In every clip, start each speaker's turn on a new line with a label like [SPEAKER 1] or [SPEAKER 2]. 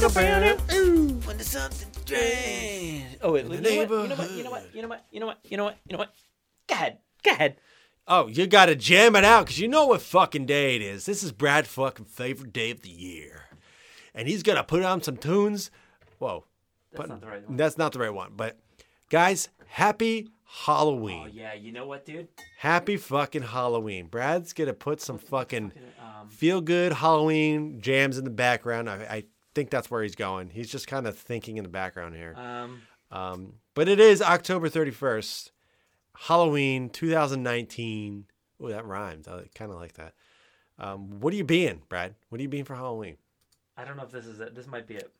[SPEAKER 1] When there's something strange.
[SPEAKER 2] Oh wait,
[SPEAKER 1] In the
[SPEAKER 2] you know, what, you know what? You know what? You know what? You know what? You know what? You know what? Go ahead. Go ahead.
[SPEAKER 1] Oh, you gotta jam it out because Oh, you know what fucking day it is. This is Brad's fucking favorite day of the year. And he's gonna put on some tunes. Whoa.
[SPEAKER 2] That's
[SPEAKER 1] But-
[SPEAKER 2] not the right one.
[SPEAKER 1] That's not the right one. But guys, happy Halloween.
[SPEAKER 2] Oh yeah, you know what, dude?
[SPEAKER 1] Happy fucking Halloween. Brad's gonna put some fucking
[SPEAKER 2] Um,
[SPEAKER 1] feel good Halloween jams in the background. I, I think that's where he's going. He's just kind of thinking in the background here.
[SPEAKER 2] um,
[SPEAKER 1] Um, but it is October 31st, Halloween 2019. Oh, that rhymes. I kind of like that. Um, what are you being, Brad? What are you being for Halloween?
[SPEAKER 2] I don't know if this is it. This might be it.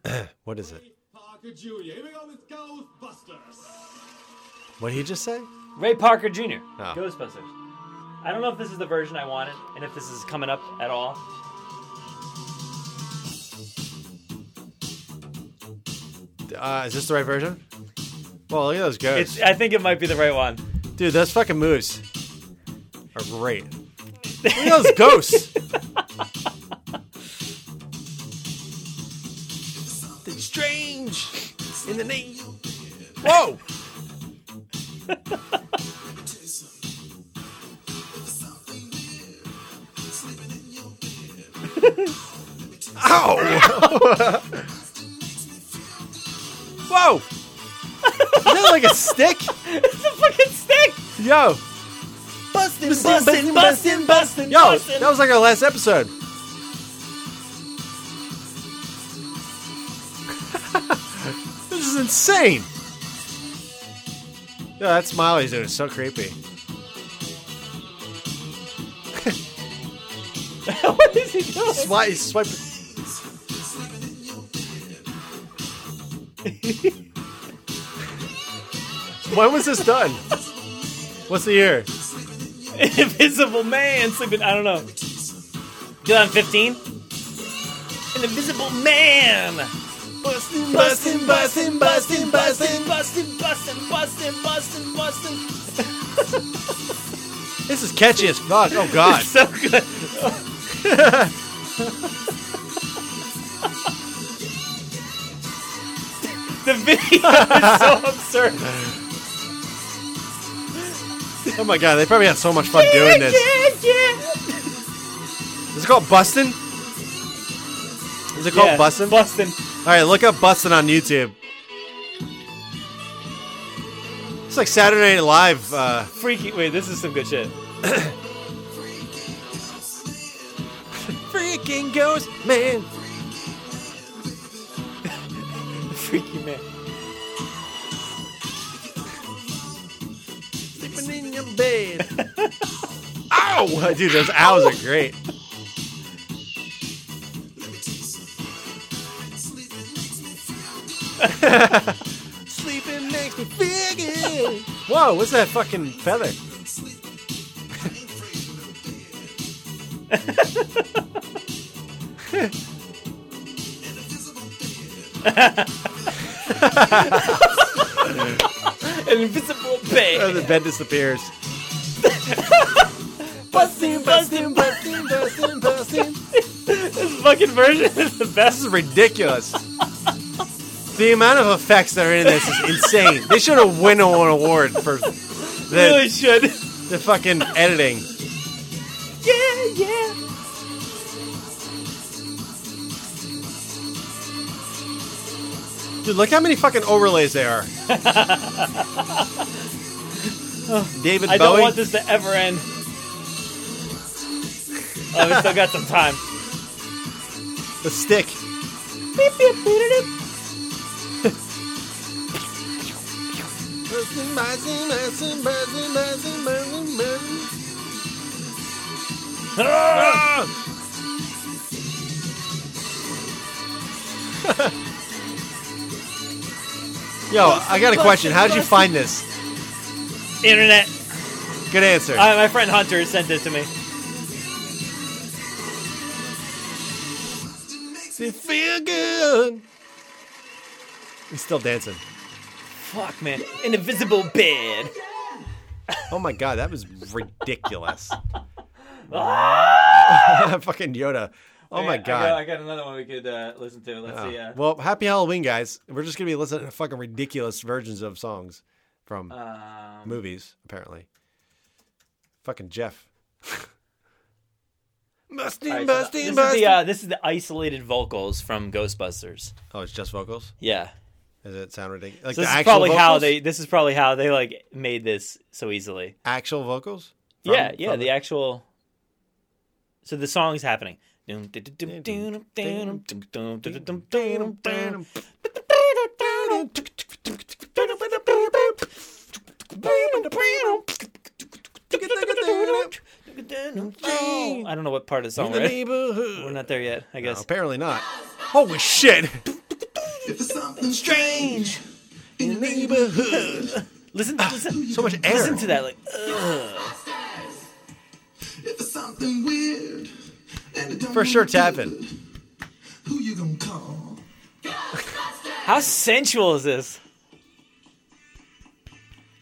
[SPEAKER 1] What is it?
[SPEAKER 3] Parker Jr. Here we go with Ghostbusters.
[SPEAKER 1] What did he just say?
[SPEAKER 2] Ray Parker Jr. Ghostbusters. I don't know if this is the version I wanted, and if this is coming up at all.
[SPEAKER 1] Uh, is this the right version? Well, look at those ghosts.
[SPEAKER 2] It's. I think it might be the right one.
[SPEAKER 1] Dude, those fucking moves are great. Look at those ghosts. Something strange in the name. Whoa! Ow! Whoa! Is that like a stick?
[SPEAKER 2] it's a fucking stick.
[SPEAKER 1] Yo,
[SPEAKER 2] Bustin',
[SPEAKER 1] bustin',
[SPEAKER 2] bustin', bustin', bustin',
[SPEAKER 1] yo,
[SPEAKER 2] bustin'.
[SPEAKER 1] that was like our last episode. this is insane. Yo, that smile he's doing is so creepy.
[SPEAKER 2] what is he doing?
[SPEAKER 1] Swipe, he's swiping. when was this done? What's the year?
[SPEAKER 2] Invisible man sleeping. I don't know. 2015. An invisible man. Bustin', bustin', bustin', bustin', bustin', bustin', bustin', bustin', bustin', bustin'.
[SPEAKER 1] This is catchy as fuck. Oh god.
[SPEAKER 2] So good. the video is so absurd.
[SPEAKER 1] Oh my god, they probably had so much fun doing this.
[SPEAKER 2] Yeah, yeah.
[SPEAKER 1] Is it called Bustin? Is it called
[SPEAKER 2] yeah.
[SPEAKER 1] Bustin?
[SPEAKER 2] Bustin'.
[SPEAKER 1] All right, look up Bustin on YouTube. It's like Saturday Night Live. Uh,
[SPEAKER 2] Freaky. Wait, this is some good shit.
[SPEAKER 1] Freaking ghost man.
[SPEAKER 2] Freaky man.
[SPEAKER 1] Sleeping in your bed. Ow! Dude, those owls are great. Sleeping makes me feel good. Whoa, what's that fucking feather?
[SPEAKER 2] An invisible
[SPEAKER 1] Oh,
[SPEAKER 2] bag.
[SPEAKER 1] the bed disappears.
[SPEAKER 2] Bustin', bustin', bustin'.
[SPEAKER 1] bustin', bustin'.
[SPEAKER 2] This fucking version is the
[SPEAKER 1] This
[SPEAKER 2] best.
[SPEAKER 1] is ridiculous. the amount of effects that are in this is insane. They should have won an award for
[SPEAKER 2] It
[SPEAKER 1] the,
[SPEAKER 2] really should.
[SPEAKER 1] the fucking editing.
[SPEAKER 2] Yeah, yeah.
[SPEAKER 1] Dude, look how many fucking overlays there are. David
[SPEAKER 2] I don't
[SPEAKER 1] Bowie.
[SPEAKER 2] want this to ever end. Oh, we still got some time.
[SPEAKER 1] The stick.
[SPEAKER 2] Beep, beep, beep, beep, beep. Ah!
[SPEAKER 1] Yo, I got a question. How did you find this?
[SPEAKER 2] Internet.
[SPEAKER 1] Good answer.
[SPEAKER 2] Uh, my friend Hunter sent this to me.
[SPEAKER 1] They feel good. He's still dancing.
[SPEAKER 2] Fuck, man. An invisible bed.
[SPEAKER 1] Oh my god, that was ridiculous.
[SPEAKER 2] Ah!
[SPEAKER 1] fucking Yoda. Oh
[SPEAKER 2] I
[SPEAKER 1] my
[SPEAKER 2] got-
[SPEAKER 1] god.
[SPEAKER 2] I got, I got another one we could uh, listen to. Let's
[SPEAKER 1] Oh.
[SPEAKER 2] see. Uh,
[SPEAKER 1] Well, happy Halloween, guys. We're just gonna be listening to fucking ridiculous versions of songs from
[SPEAKER 2] um,
[SPEAKER 1] movies, apparently. Fucking Jeff. Musty,
[SPEAKER 2] all right, so
[SPEAKER 1] musty,
[SPEAKER 2] this is
[SPEAKER 1] musty.
[SPEAKER 2] the uh, this is the isolated vocals from Ghostbusters.
[SPEAKER 1] oh, it's just vocals.
[SPEAKER 2] Yeah,
[SPEAKER 1] Does it sound ridiculous? Like
[SPEAKER 2] so
[SPEAKER 1] the
[SPEAKER 2] this is
[SPEAKER 1] actual
[SPEAKER 2] probably
[SPEAKER 1] vocals?
[SPEAKER 2] how they. This is probably how they like made this so easily.
[SPEAKER 1] actual vocals.
[SPEAKER 2] yeah, yeah.
[SPEAKER 1] from
[SPEAKER 2] The
[SPEAKER 1] it?
[SPEAKER 2] actual. So the song's happening. I don't know what part of the
[SPEAKER 1] In
[SPEAKER 2] song
[SPEAKER 1] the
[SPEAKER 2] we're at.
[SPEAKER 1] neighborhood.
[SPEAKER 2] We're not there yet, I
[SPEAKER 1] No,
[SPEAKER 2] guess.
[SPEAKER 1] apparently not. Holy shit!
[SPEAKER 3] It's something strange.
[SPEAKER 1] In the neighborhood.
[SPEAKER 2] Listen, listen,
[SPEAKER 1] So much air.
[SPEAKER 2] listen to that. Like, ugh.
[SPEAKER 3] If it's something weird. And it don't
[SPEAKER 1] For sure,
[SPEAKER 3] look good,
[SPEAKER 1] tapping.
[SPEAKER 3] Who you gonna call?
[SPEAKER 2] how sensual is this?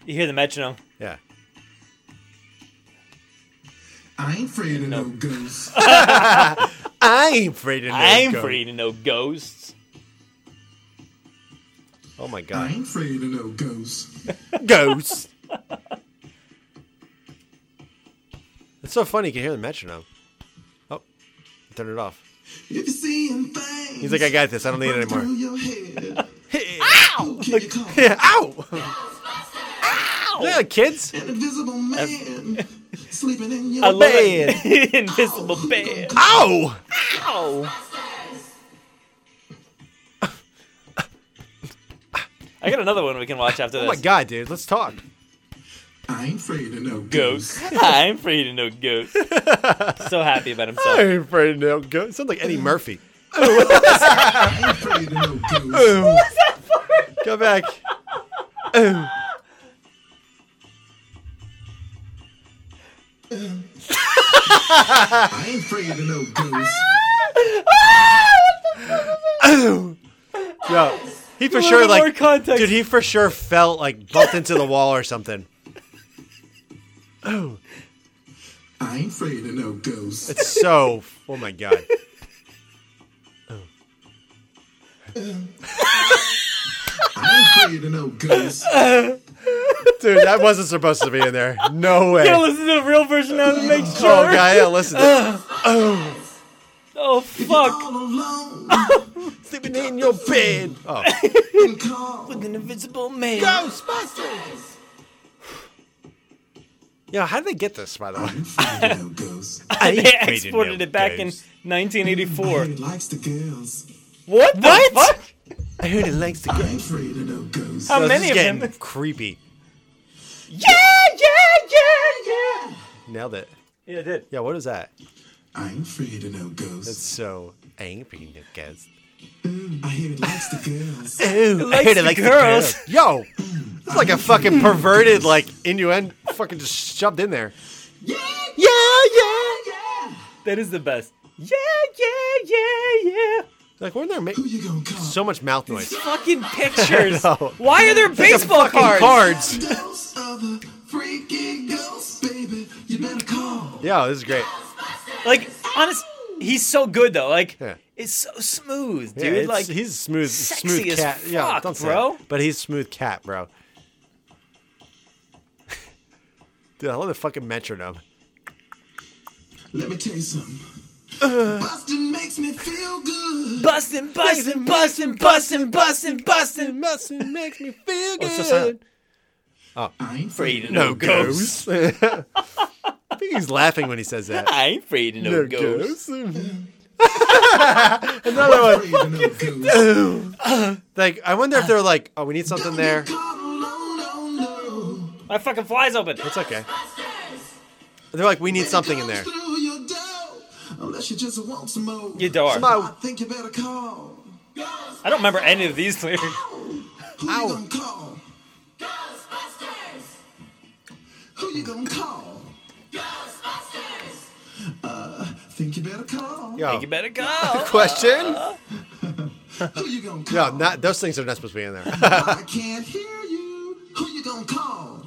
[SPEAKER 2] You hear the metronome.
[SPEAKER 1] Yeah.
[SPEAKER 3] I ain't afraid of no ghosts.
[SPEAKER 1] I ain't afraid of no
[SPEAKER 2] I ain't
[SPEAKER 1] ghost.
[SPEAKER 2] afraid of no ghosts.
[SPEAKER 1] Oh my
[SPEAKER 3] I
[SPEAKER 1] god.
[SPEAKER 3] ain't afraid of no ghosts.
[SPEAKER 1] Ghost. it's so funny. You can hear the metronome. Oh, turn it off.
[SPEAKER 3] If you see him things,
[SPEAKER 1] He's like, I got this. I don't need it
[SPEAKER 3] run through
[SPEAKER 1] anymore.
[SPEAKER 3] your head.
[SPEAKER 1] Ow!
[SPEAKER 3] Can you call
[SPEAKER 1] Yeah, ow! Ow! Yeah, kids.
[SPEAKER 3] an invisible man sleeping in
[SPEAKER 2] I
[SPEAKER 3] your
[SPEAKER 2] love
[SPEAKER 3] bed?
[SPEAKER 2] it. Invisible bear.
[SPEAKER 1] Ow! Oh
[SPEAKER 2] Ow. I got another one we can watch after
[SPEAKER 1] Oh
[SPEAKER 2] this.
[SPEAKER 1] my god, dude. Let's talk.
[SPEAKER 3] I ain't afraid of no
[SPEAKER 2] Ghosts.
[SPEAKER 3] ghosts.
[SPEAKER 2] I'm afraid of no ghosts. so happy about
[SPEAKER 1] I
[SPEAKER 2] himself.
[SPEAKER 1] ain't afraid of no ghost. Sounds like Eddie Murphy.
[SPEAKER 3] I ain't afraid of no ghosts.
[SPEAKER 1] Go back.
[SPEAKER 3] I ain't afraid of no ghosts.
[SPEAKER 1] Yo, he for
[SPEAKER 2] A
[SPEAKER 1] sure
[SPEAKER 2] little
[SPEAKER 1] like
[SPEAKER 2] more context.
[SPEAKER 1] dude. He for sure felt like bumped into the wall or something.
[SPEAKER 3] I ain't afraid of no ghosts.
[SPEAKER 1] It's so. Oh my god.
[SPEAKER 3] I ain't afraid of no ghosts.
[SPEAKER 1] Dude, that wasn't supposed to be in there. No way.
[SPEAKER 2] Gotta listen to the real version now to make sure.
[SPEAKER 1] Oh god, yeah, listen.
[SPEAKER 2] Oh, fuck.
[SPEAKER 3] All alone
[SPEAKER 1] Sleeping in your bed. Oh,
[SPEAKER 3] and call.
[SPEAKER 2] An invisible man.
[SPEAKER 1] Ghostbusters. Yeah, how did they get this, by the way?
[SPEAKER 3] I'm afraid of no ghosts.
[SPEAKER 1] I
[SPEAKER 2] They exported it back in 1984.
[SPEAKER 3] He likes the girls.
[SPEAKER 2] What the fuck?
[SPEAKER 1] I heard it likes to
[SPEAKER 3] I
[SPEAKER 1] go.
[SPEAKER 3] ain't afraid of no ghosts.
[SPEAKER 2] How
[SPEAKER 1] Oh, this
[SPEAKER 2] many
[SPEAKER 1] is
[SPEAKER 2] of
[SPEAKER 1] getting
[SPEAKER 2] them?
[SPEAKER 1] creepy.
[SPEAKER 2] Yeah, yeah, yeah, yeah.
[SPEAKER 1] Nailed it.
[SPEAKER 2] Yeah, it did.
[SPEAKER 1] Yeah, what is that?
[SPEAKER 3] I ain't afraid of no
[SPEAKER 1] It's
[SPEAKER 3] ghosts.
[SPEAKER 1] so angry, I guess.
[SPEAKER 3] I hear he likes the girls.
[SPEAKER 1] Ooh,
[SPEAKER 2] likes the girls.
[SPEAKER 1] Yo, it's like a fucking perverted, like innuendo, fucking just shoved in there.
[SPEAKER 3] Yeah,
[SPEAKER 1] Yeah, yeah,
[SPEAKER 3] yeah.
[SPEAKER 2] That is the best. Yeah, yeah, yeah, yeah.
[SPEAKER 1] Like, weren't there ma-
[SPEAKER 3] Who you gonna call?
[SPEAKER 1] so much mouth noise?
[SPEAKER 2] Fucking pictures.
[SPEAKER 1] I know.
[SPEAKER 2] Why are there baseball
[SPEAKER 1] Fucking
[SPEAKER 2] cards?
[SPEAKER 1] cards.
[SPEAKER 3] Ghosts of a freaky ghost, baby. You better call.
[SPEAKER 1] Yeah, this is great.
[SPEAKER 2] Like, honest, he's so good though. Like,
[SPEAKER 1] Yeah.
[SPEAKER 2] it's so smooth,
[SPEAKER 1] Yeah,
[SPEAKER 2] dude.
[SPEAKER 1] it's-
[SPEAKER 2] like,
[SPEAKER 1] he's a smooth,
[SPEAKER 2] sexy
[SPEAKER 1] smooth
[SPEAKER 2] as
[SPEAKER 1] cat. yeah,
[SPEAKER 2] fuck,
[SPEAKER 1] don't say
[SPEAKER 2] bro.
[SPEAKER 1] that. But he's a smooth cat, bro. Dude, I love the fucking metronome.
[SPEAKER 3] Let me tell you something. Bustin' makes me feel good.
[SPEAKER 2] busting, busting, busting, busting, busting, busting.
[SPEAKER 1] Mustin makes me feel
[SPEAKER 2] What's the sound?
[SPEAKER 3] I ain't
[SPEAKER 2] Afraid of
[SPEAKER 1] No ghosts. I think he's laughing when he says that.
[SPEAKER 2] I ain't afraid of no, ghosts.
[SPEAKER 1] Another one.
[SPEAKER 3] afraid of no ghosts.
[SPEAKER 1] Like, I wonder if they're like, oh, we need something there.
[SPEAKER 3] Call, no, no, no.
[SPEAKER 2] My fucking fly's open.
[SPEAKER 1] It's okay. They're like, we need something in there.
[SPEAKER 3] Comes through your door, Unless you just want some more.
[SPEAKER 2] You door.
[SPEAKER 1] Somebody-
[SPEAKER 3] I think you better call. Ghosts.
[SPEAKER 2] I don't remember any of these lyrics.
[SPEAKER 3] Who
[SPEAKER 1] Ow.
[SPEAKER 3] you gonna call? Who you gonna call? Uh, think you better call.
[SPEAKER 2] You
[SPEAKER 1] Yo,
[SPEAKER 2] better go.
[SPEAKER 1] question?
[SPEAKER 3] Who you gonna call?
[SPEAKER 1] Yo, not those things are not supposed to be in there.
[SPEAKER 3] I can't hear you. Who you gonna call?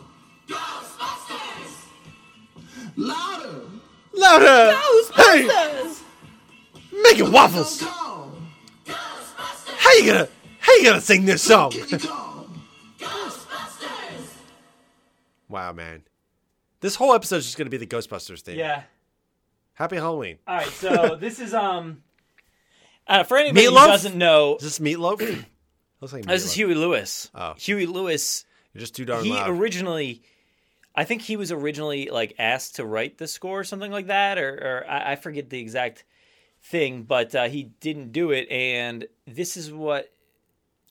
[SPEAKER 3] Louder.
[SPEAKER 1] Louder! Hey! making waffles.
[SPEAKER 3] Call. Ghostbusters.
[SPEAKER 1] How you gonna how you gonna sing this song?
[SPEAKER 3] Can you call?
[SPEAKER 1] Wow, man. This whole episode is just gonna be the Ghostbusters theme.
[SPEAKER 2] Yeah.
[SPEAKER 1] Happy Halloween.
[SPEAKER 2] All right. So this is um. Uh, for anybody who
[SPEAKER 1] Meatloaf?
[SPEAKER 2] doesn't know,
[SPEAKER 1] Is this meatloaf? Looks like meatloaf.
[SPEAKER 2] this is Huey Lewis.
[SPEAKER 1] Oh.
[SPEAKER 2] Huey Lewis.
[SPEAKER 1] You're just too darn
[SPEAKER 2] He
[SPEAKER 1] loud.
[SPEAKER 2] originally, I think he was originally like asked to write the score or something like that, or, or I, I forget the exact thing, but uh, he didn't do it. And this is what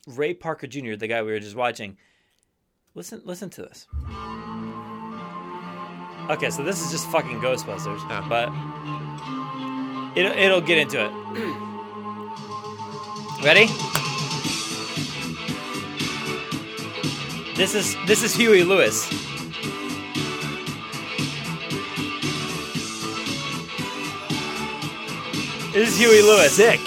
[SPEAKER 2] Ray Parker Jr., the guy we were just watching, listen, listen to this. Okay, so this is just fucking Ghostbusters,
[SPEAKER 1] Yeah.
[SPEAKER 2] but it, it'll get into it. Ready? This is this is Huey Lewis. This is Huey Lewis.
[SPEAKER 1] Sick.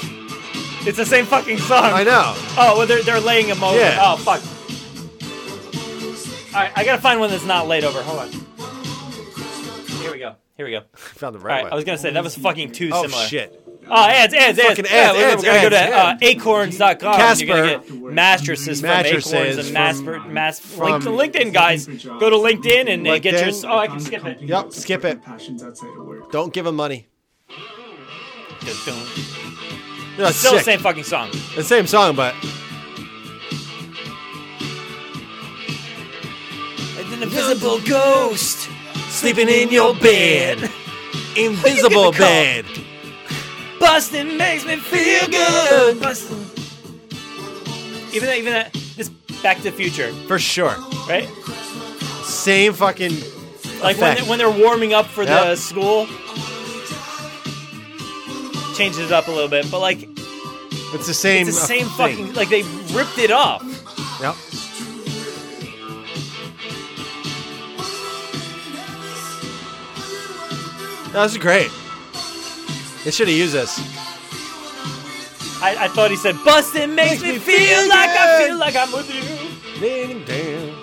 [SPEAKER 2] It's the same fucking song.
[SPEAKER 1] I know.
[SPEAKER 2] Oh, well, they're, they're laying them over.
[SPEAKER 1] Yeah.
[SPEAKER 2] Oh, fuck. All right, I gotta find one that's not laid over. Hold on. Here we go. Here we go.
[SPEAKER 1] Found the
[SPEAKER 2] All right,
[SPEAKER 1] right
[SPEAKER 2] I was
[SPEAKER 1] one.
[SPEAKER 2] gonna say that was fucking too
[SPEAKER 1] Oh
[SPEAKER 2] similar.
[SPEAKER 1] shit.
[SPEAKER 2] Oh, ads, ads, ads.
[SPEAKER 1] Fucking
[SPEAKER 2] yeah,
[SPEAKER 1] ads,
[SPEAKER 2] we're,
[SPEAKER 1] ads,
[SPEAKER 2] we're gonna go to uh,
[SPEAKER 1] ads,
[SPEAKER 2] acorns.com. You're gonna
[SPEAKER 1] Casper.
[SPEAKER 2] get mattresses from
[SPEAKER 1] Mattresses
[SPEAKER 2] acorns and mass,
[SPEAKER 1] from-
[SPEAKER 2] mass
[SPEAKER 1] from-
[SPEAKER 2] link to LinkedIn, guys. Go to LinkedIn and uh, get
[SPEAKER 1] LinkedIn.
[SPEAKER 2] your. Oh, I can skip it.
[SPEAKER 1] Yep, skip it.
[SPEAKER 3] Passions outside of work.
[SPEAKER 1] Don't give him money.
[SPEAKER 2] Still
[SPEAKER 1] No, it's
[SPEAKER 2] the
[SPEAKER 1] sick.
[SPEAKER 2] same fucking song.
[SPEAKER 1] The same song, but
[SPEAKER 2] It's an invisible ghost.
[SPEAKER 1] sleeping in your bed, invisible
[SPEAKER 2] Who you gonna call?
[SPEAKER 1] bed.
[SPEAKER 2] Busting makes me feel good. Busting. Even that, even that, this Back to the Future,
[SPEAKER 1] For sure.
[SPEAKER 2] right?
[SPEAKER 1] Same fucking.
[SPEAKER 2] Like when,
[SPEAKER 1] Effect.
[SPEAKER 2] they, when they're warming up for the
[SPEAKER 1] Yep.
[SPEAKER 2] school, changes it up a little bit, but like it's
[SPEAKER 1] It's the same. uh,
[SPEAKER 2] the same
[SPEAKER 1] thing.
[SPEAKER 2] fucking like they ripped it off.
[SPEAKER 1] Yep. No, this is great. They should have used this.
[SPEAKER 2] I, I thought he said busting makes me feel like I feel like I'm with you.
[SPEAKER 1] Ding, ding.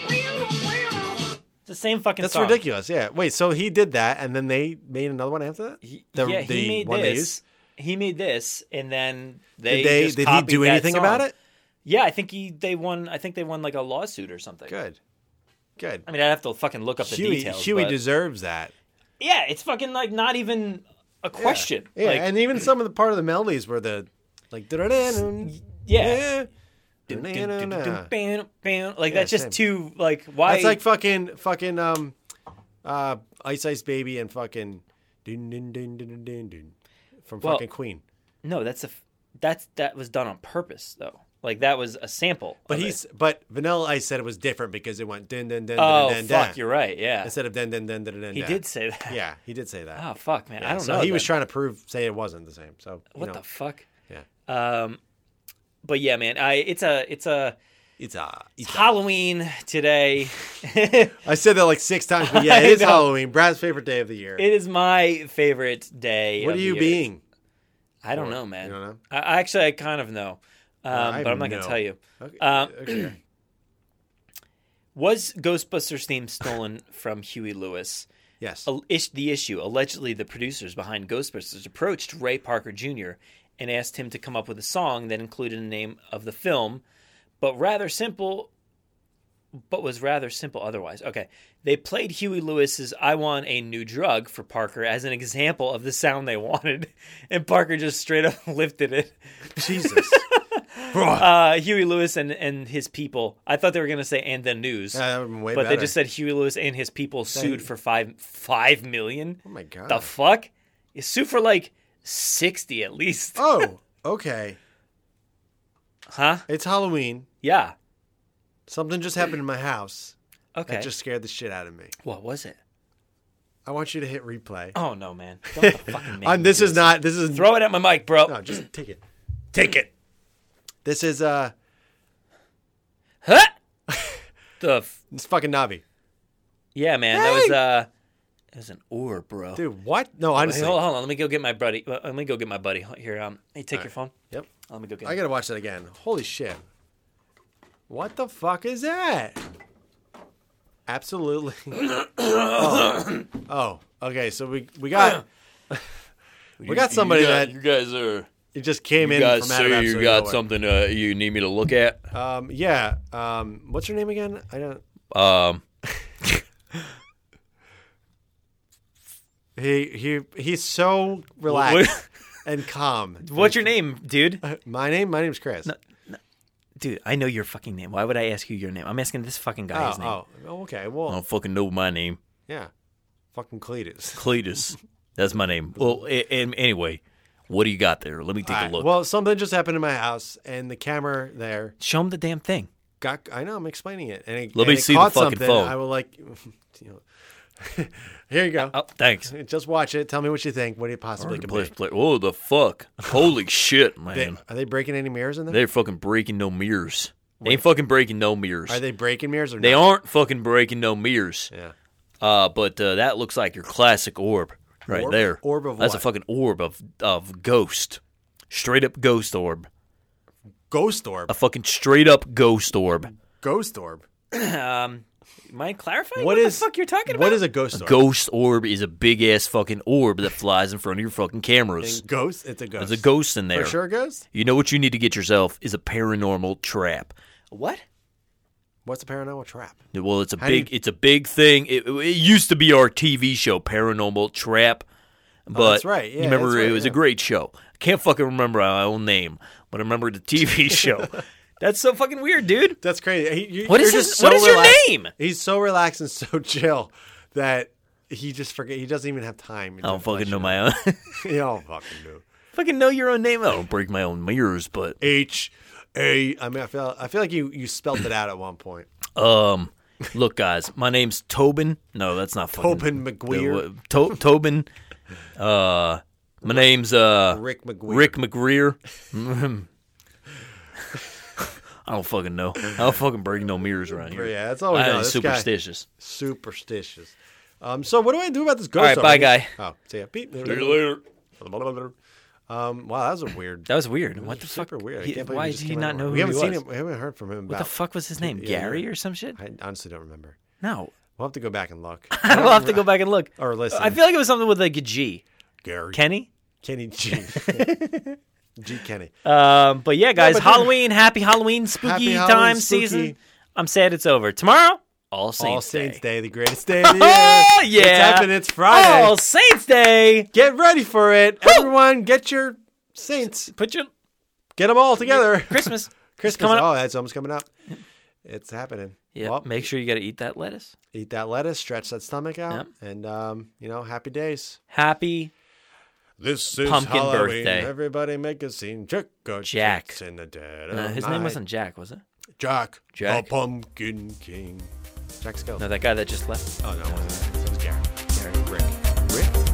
[SPEAKER 2] It's the same fucking.
[SPEAKER 1] That's
[SPEAKER 2] song.
[SPEAKER 1] ridiculous. Yeah. Wait. So he did that, and then they made another one after that.
[SPEAKER 2] He-
[SPEAKER 1] The-
[SPEAKER 2] yeah,
[SPEAKER 1] the
[SPEAKER 2] he made
[SPEAKER 1] one they
[SPEAKER 2] this.
[SPEAKER 1] used?
[SPEAKER 2] He made this, and then they
[SPEAKER 1] Did they?
[SPEAKER 2] just
[SPEAKER 1] did he
[SPEAKER 2] copied
[SPEAKER 1] do
[SPEAKER 2] that
[SPEAKER 1] anything
[SPEAKER 2] song.
[SPEAKER 1] about it?
[SPEAKER 2] Yeah, I think he they won. I think they won like a lawsuit or something.
[SPEAKER 1] Good. Good.
[SPEAKER 2] I mean, I'd have to fucking look up the
[SPEAKER 1] Huey,
[SPEAKER 2] details.
[SPEAKER 1] Huey
[SPEAKER 2] but-
[SPEAKER 1] deserves that.
[SPEAKER 2] yeah, it's fucking like not even a question.
[SPEAKER 1] Yeah,
[SPEAKER 2] like,
[SPEAKER 1] and even some of the part of the melodies were the like
[SPEAKER 2] yeah. Dun, dun, dun, dun, dun,
[SPEAKER 1] That's
[SPEAKER 2] bam, bam. Like
[SPEAKER 1] Yeah,
[SPEAKER 2] that's just too like why?
[SPEAKER 1] like fucking fucking um uh Ice Ice Baby and fucking dun, dun, dun, dun, dun, dun, dun, from
[SPEAKER 2] Well-
[SPEAKER 1] fucking Queen.
[SPEAKER 2] no, that's a f- that's that was done on purpose though. Like that was a sample.
[SPEAKER 1] But
[SPEAKER 2] of it.
[SPEAKER 1] he's but Vanilla Ice said it was different because it went dun dun dun
[SPEAKER 2] oh
[SPEAKER 1] dun dun
[SPEAKER 2] fuck,
[SPEAKER 1] dun
[SPEAKER 2] you're right. Yeah,
[SPEAKER 1] instead of dun dun dun dun dun.
[SPEAKER 2] he
[SPEAKER 1] dun.
[SPEAKER 2] did say that.
[SPEAKER 1] Yeah, he did say that.
[SPEAKER 2] Oh fuck, man, I don't
[SPEAKER 1] so
[SPEAKER 2] know.
[SPEAKER 1] He was
[SPEAKER 2] then.
[SPEAKER 1] trying to prove say it wasn't the same. So you
[SPEAKER 2] What
[SPEAKER 1] know,
[SPEAKER 2] the fuck?
[SPEAKER 1] yeah,
[SPEAKER 2] Um, but yeah, man, I it's a it's a
[SPEAKER 1] it's uh, it's uh,
[SPEAKER 2] Halloween today. it
[SPEAKER 1] I said that like six times, but yeah,
[SPEAKER 2] I
[SPEAKER 1] it is
[SPEAKER 2] know.
[SPEAKER 1] Halloween, Brad's favorite day of the year.
[SPEAKER 2] is my favorite day.
[SPEAKER 1] what
[SPEAKER 2] of
[SPEAKER 1] are
[SPEAKER 2] the
[SPEAKER 1] you
[SPEAKER 2] year.
[SPEAKER 1] being?
[SPEAKER 2] I don't
[SPEAKER 1] for?
[SPEAKER 2] know, man.
[SPEAKER 1] You don't know? Uh,
[SPEAKER 2] I, I actually I kind of know, um,
[SPEAKER 1] I
[SPEAKER 2] but I'm not gonna
[SPEAKER 1] know.
[SPEAKER 2] tell you.
[SPEAKER 1] Okay.
[SPEAKER 2] Um,
[SPEAKER 1] okay.
[SPEAKER 2] Was Ghostbusters theme stolen from Huey Lewis?
[SPEAKER 1] Yes.
[SPEAKER 2] Al- ish- the issue allegedly the producers behind Ghostbusters approached Ray Parker Jr. and asked him to come up with a song that included the name of the film, but rather simple. But was rather simple otherwise. Okay, they played Huey Lewis's "I Want a New Drug" for Parker as an example of the sound they wanted, and Parker just straight up lifted it.
[SPEAKER 1] Jesus. Bro.
[SPEAKER 2] Uh, Huey Lewis and and his people. I thought they were gonna say and the news,
[SPEAKER 1] Yeah, that would've been way
[SPEAKER 2] but they
[SPEAKER 1] better.
[SPEAKER 2] just said Huey Lewis and his people sued for five five million.
[SPEAKER 1] oh my god.
[SPEAKER 2] The fuck? You sue for like 60 at least.
[SPEAKER 1] oh, okay.
[SPEAKER 2] Huh?
[SPEAKER 1] It's Halloween.
[SPEAKER 2] Yeah.
[SPEAKER 1] Something just happened in my house that
[SPEAKER 2] Okay.
[SPEAKER 1] just scared the shit out of me.
[SPEAKER 2] What was it?
[SPEAKER 1] I want you to hit replay.
[SPEAKER 2] Oh no, man. Don't fucking make
[SPEAKER 1] Um,
[SPEAKER 2] me
[SPEAKER 1] this
[SPEAKER 2] do
[SPEAKER 1] is not. This is
[SPEAKER 2] Throw it at my mic, bro.
[SPEAKER 1] no. Just take it. Take it. This is uh.
[SPEAKER 2] Huh? the f-
[SPEAKER 1] It's fucking Navi,
[SPEAKER 2] Yeah, man. That was
[SPEAKER 1] Hey!
[SPEAKER 2] uh it was an oar, bro.
[SPEAKER 1] dude. What? No,
[SPEAKER 2] Hey,
[SPEAKER 1] honestly.
[SPEAKER 2] hold, hold on. Let me go get my buddy. uh, Let me go get my buddy. Here, um hey, take your phone.
[SPEAKER 1] Yep.
[SPEAKER 2] Let me go get
[SPEAKER 1] I
[SPEAKER 2] him.
[SPEAKER 1] gotta watch that again. Holy shit. What the fuck is that? Absolutely. oh. oh, okay. So we we got we got somebody that
[SPEAKER 2] you guys are.
[SPEAKER 1] it just came
[SPEAKER 2] You
[SPEAKER 1] in
[SPEAKER 2] guys
[SPEAKER 1] from out of
[SPEAKER 2] say you
[SPEAKER 1] absolutely
[SPEAKER 2] got
[SPEAKER 1] nowhere.
[SPEAKER 2] something uh, you need me to look at.
[SPEAKER 1] Um, yeah. Um, what's her name again? I don't.
[SPEAKER 2] Um,
[SPEAKER 1] He he he's so relaxed and calm.
[SPEAKER 2] what's your name, dude?
[SPEAKER 1] My name? My name's Chris.
[SPEAKER 2] Dude, I know your fucking name. Why would I ask you your name? I'm asking this fucking guy
[SPEAKER 1] oh,
[SPEAKER 2] his name.
[SPEAKER 1] oh, oh, okay. Well,
[SPEAKER 2] I don't fucking know my name.
[SPEAKER 1] yeah. Fucking Cletus.
[SPEAKER 2] Cletus. That's my name. Well, a- and anyway, what do you got there? Let me take
[SPEAKER 1] Alright,
[SPEAKER 2] a look.
[SPEAKER 1] Well, something just happened in my house, and the camera there
[SPEAKER 2] Show him the damn thing.
[SPEAKER 1] got. I know I'm explaining it, and it,
[SPEAKER 2] Let
[SPEAKER 1] and
[SPEAKER 2] me
[SPEAKER 1] it
[SPEAKER 2] see the
[SPEAKER 1] caught
[SPEAKER 2] fucking
[SPEAKER 1] something.
[SPEAKER 2] phone.
[SPEAKER 1] I will like. You know. Here you go.
[SPEAKER 2] Oh, thanks.
[SPEAKER 1] Just watch it. Tell me what you think. What do you possibly could
[SPEAKER 2] Play-
[SPEAKER 1] be?
[SPEAKER 2] play- Oh, the fuck! Holy shit,
[SPEAKER 1] They-
[SPEAKER 2] man!
[SPEAKER 1] are they breaking any mirrors in there?
[SPEAKER 2] They, are fucking breaking no mirrors. They ain't fucking breaking no mirrors.
[SPEAKER 1] are they breaking mirrors or
[SPEAKER 2] They
[SPEAKER 1] not?
[SPEAKER 2] aren't fucking breaking no mirrors.
[SPEAKER 1] Yeah.
[SPEAKER 2] Uh, but uh, that looks like your classic orb right
[SPEAKER 1] Orb?
[SPEAKER 2] there.
[SPEAKER 1] Orb of
[SPEAKER 2] That's a
[SPEAKER 1] what?
[SPEAKER 2] fucking orb of of ghost. Straight up ghost orb.
[SPEAKER 1] Ghost orb.
[SPEAKER 2] A fucking straight up ghost orb.
[SPEAKER 1] Ghost orb.
[SPEAKER 2] Um, mind clarifying
[SPEAKER 1] What is What is a ghost orb?
[SPEAKER 2] ghost orb? Is a big ass fucking orb that flies in front of your fucking cameras.
[SPEAKER 1] Ghost. It's a ghost.
[SPEAKER 2] There's a ghost in there.
[SPEAKER 1] For sure, a ghost.
[SPEAKER 2] You know what you need to get yourself is a paranormal trap. What?
[SPEAKER 1] What's a paranormal trap?
[SPEAKER 2] Well, it's a
[SPEAKER 1] do
[SPEAKER 2] big, it's a big thing. It, it used to be our TV show, Paranormal Trap, but
[SPEAKER 1] Oh, that's right. Yeah,
[SPEAKER 2] you remember
[SPEAKER 1] that's right,
[SPEAKER 2] it was
[SPEAKER 1] yeah.
[SPEAKER 2] a great show. I can't fucking remember my own name, but I remember the TV show. That's so fucking weird, dude.
[SPEAKER 1] That's crazy. He, you-
[SPEAKER 2] What is
[SPEAKER 1] you're
[SPEAKER 2] his-
[SPEAKER 1] just
[SPEAKER 2] what is your name?
[SPEAKER 1] He's so relaxed and so chill that he just forget. He doesn't even have time.
[SPEAKER 2] I don't fucking know my own.
[SPEAKER 1] You don't fucking know.
[SPEAKER 2] fucking know your own name. I don't break my own mirrors, but
[SPEAKER 1] H A. I mean, I feel. I feel like you you spelt it out at one point.
[SPEAKER 2] um, look, guys, my name's Tobin. No, that's not fucking
[SPEAKER 1] Tobin McGuire.
[SPEAKER 2] To- Tobin. Uh, my name's uh
[SPEAKER 1] Rick McGuire.
[SPEAKER 2] Rick McGreer. I don't fucking know. I don't fucking break no mirrors around here.
[SPEAKER 1] Yeah, that's all we
[SPEAKER 2] I
[SPEAKER 1] know.
[SPEAKER 2] am
[SPEAKER 1] This guy-
[SPEAKER 2] superstitious.
[SPEAKER 1] Superstitious. Um. So what do I do about this ghost?
[SPEAKER 2] right,
[SPEAKER 1] orb?
[SPEAKER 2] bye, guy.
[SPEAKER 1] Oh, see ya. Beep.
[SPEAKER 2] later.
[SPEAKER 1] Um. Wow, that was a weird.
[SPEAKER 2] That was weird. What the fuck?
[SPEAKER 1] super weird. I
[SPEAKER 2] He-
[SPEAKER 1] can't believe
[SPEAKER 2] why
[SPEAKER 1] just
[SPEAKER 2] did he
[SPEAKER 1] came out
[SPEAKER 2] not
[SPEAKER 1] of
[SPEAKER 2] know
[SPEAKER 1] nowhere.
[SPEAKER 2] who
[SPEAKER 1] we haven't
[SPEAKER 2] he
[SPEAKER 1] seen
[SPEAKER 2] was?
[SPEAKER 1] him? We haven't heard from him.
[SPEAKER 2] What the fuck was his name?
[SPEAKER 1] Yeah,
[SPEAKER 2] Gary
[SPEAKER 1] yeah.
[SPEAKER 2] or some shit?
[SPEAKER 1] I honestly don't remember.
[SPEAKER 2] No.
[SPEAKER 1] We'll have to go back and look.
[SPEAKER 2] I'll have to go back and look.
[SPEAKER 1] Or listen.
[SPEAKER 2] I feel like it was something with like a G.
[SPEAKER 1] Gary.
[SPEAKER 2] Kenny?
[SPEAKER 1] Kenny G. G. Kenny.
[SPEAKER 2] Um, but yeah, guys,
[SPEAKER 1] but then-
[SPEAKER 2] Halloween, happy Halloween, spooky
[SPEAKER 1] Happy Halloween,
[SPEAKER 2] time
[SPEAKER 1] spooky.
[SPEAKER 2] season. I'm sad it's over. Tomorrow, All Saints,
[SPEAKER 1] All Saints
[SPEAKER 2] Day.
[SPEAKER 1] Day. the greatest day of the year.
[SPEAKER 2] Oh, yeah.
[SPEAKER 1] It's happening. It's Friday.
[SPEAKER 2] All Saints Day.
[SPEAKER 1] Get ready for it. Everyone, get your Saints.
[SPEAKER 2] Put your
[SPEAKER 1] Get them all together.
[SPEAKER 2] Christmas.
[SPEAKER 1] Christmas.
[SPEAKER 2] coming up.
[SPEAKER 1] Oh, that's almost coming up. It's happening.
[SPEAKER 2] Yeah,
[SPEAKER 1] Well,
[SPEAKER 2] make sure you got to eat that lettuce.
[SPEAKER 1] eat that lettuce, stretch that stomach out, and, um, you know, happy days.
[SPEAKER 2] Happy.
[SPEAKER 1] This is
[SPEAKER 2] Pumpkin
[SPEAKER 1] Halloween.
[SPEAKER 2] birthday.
[SPEAKER 1] Everybody make a scene. Jack. or
[SPEAKER 2] Jack.
[SPEAKER 1] treats In the dead
[SPEAKER 2] Uh,
[SPEAKER 1] of
[SPEAKER 2] his name
[SPEAKER 1] night.
[SPEAKER 2] wasn't Jack, was it?
[SPEAKER 1] Jack.
[SPEAKER 2] Jack.
[SPEAKER 1] The Pumpkin King. Jack Skellington.
[SPEAKER 2] No, that guy that just left.
[SPEAKER 1] Oh, no, it wasn't. It was Gary.
[SPEAKER 2] Gary.
[SPEAKER 1] Rick. Rick?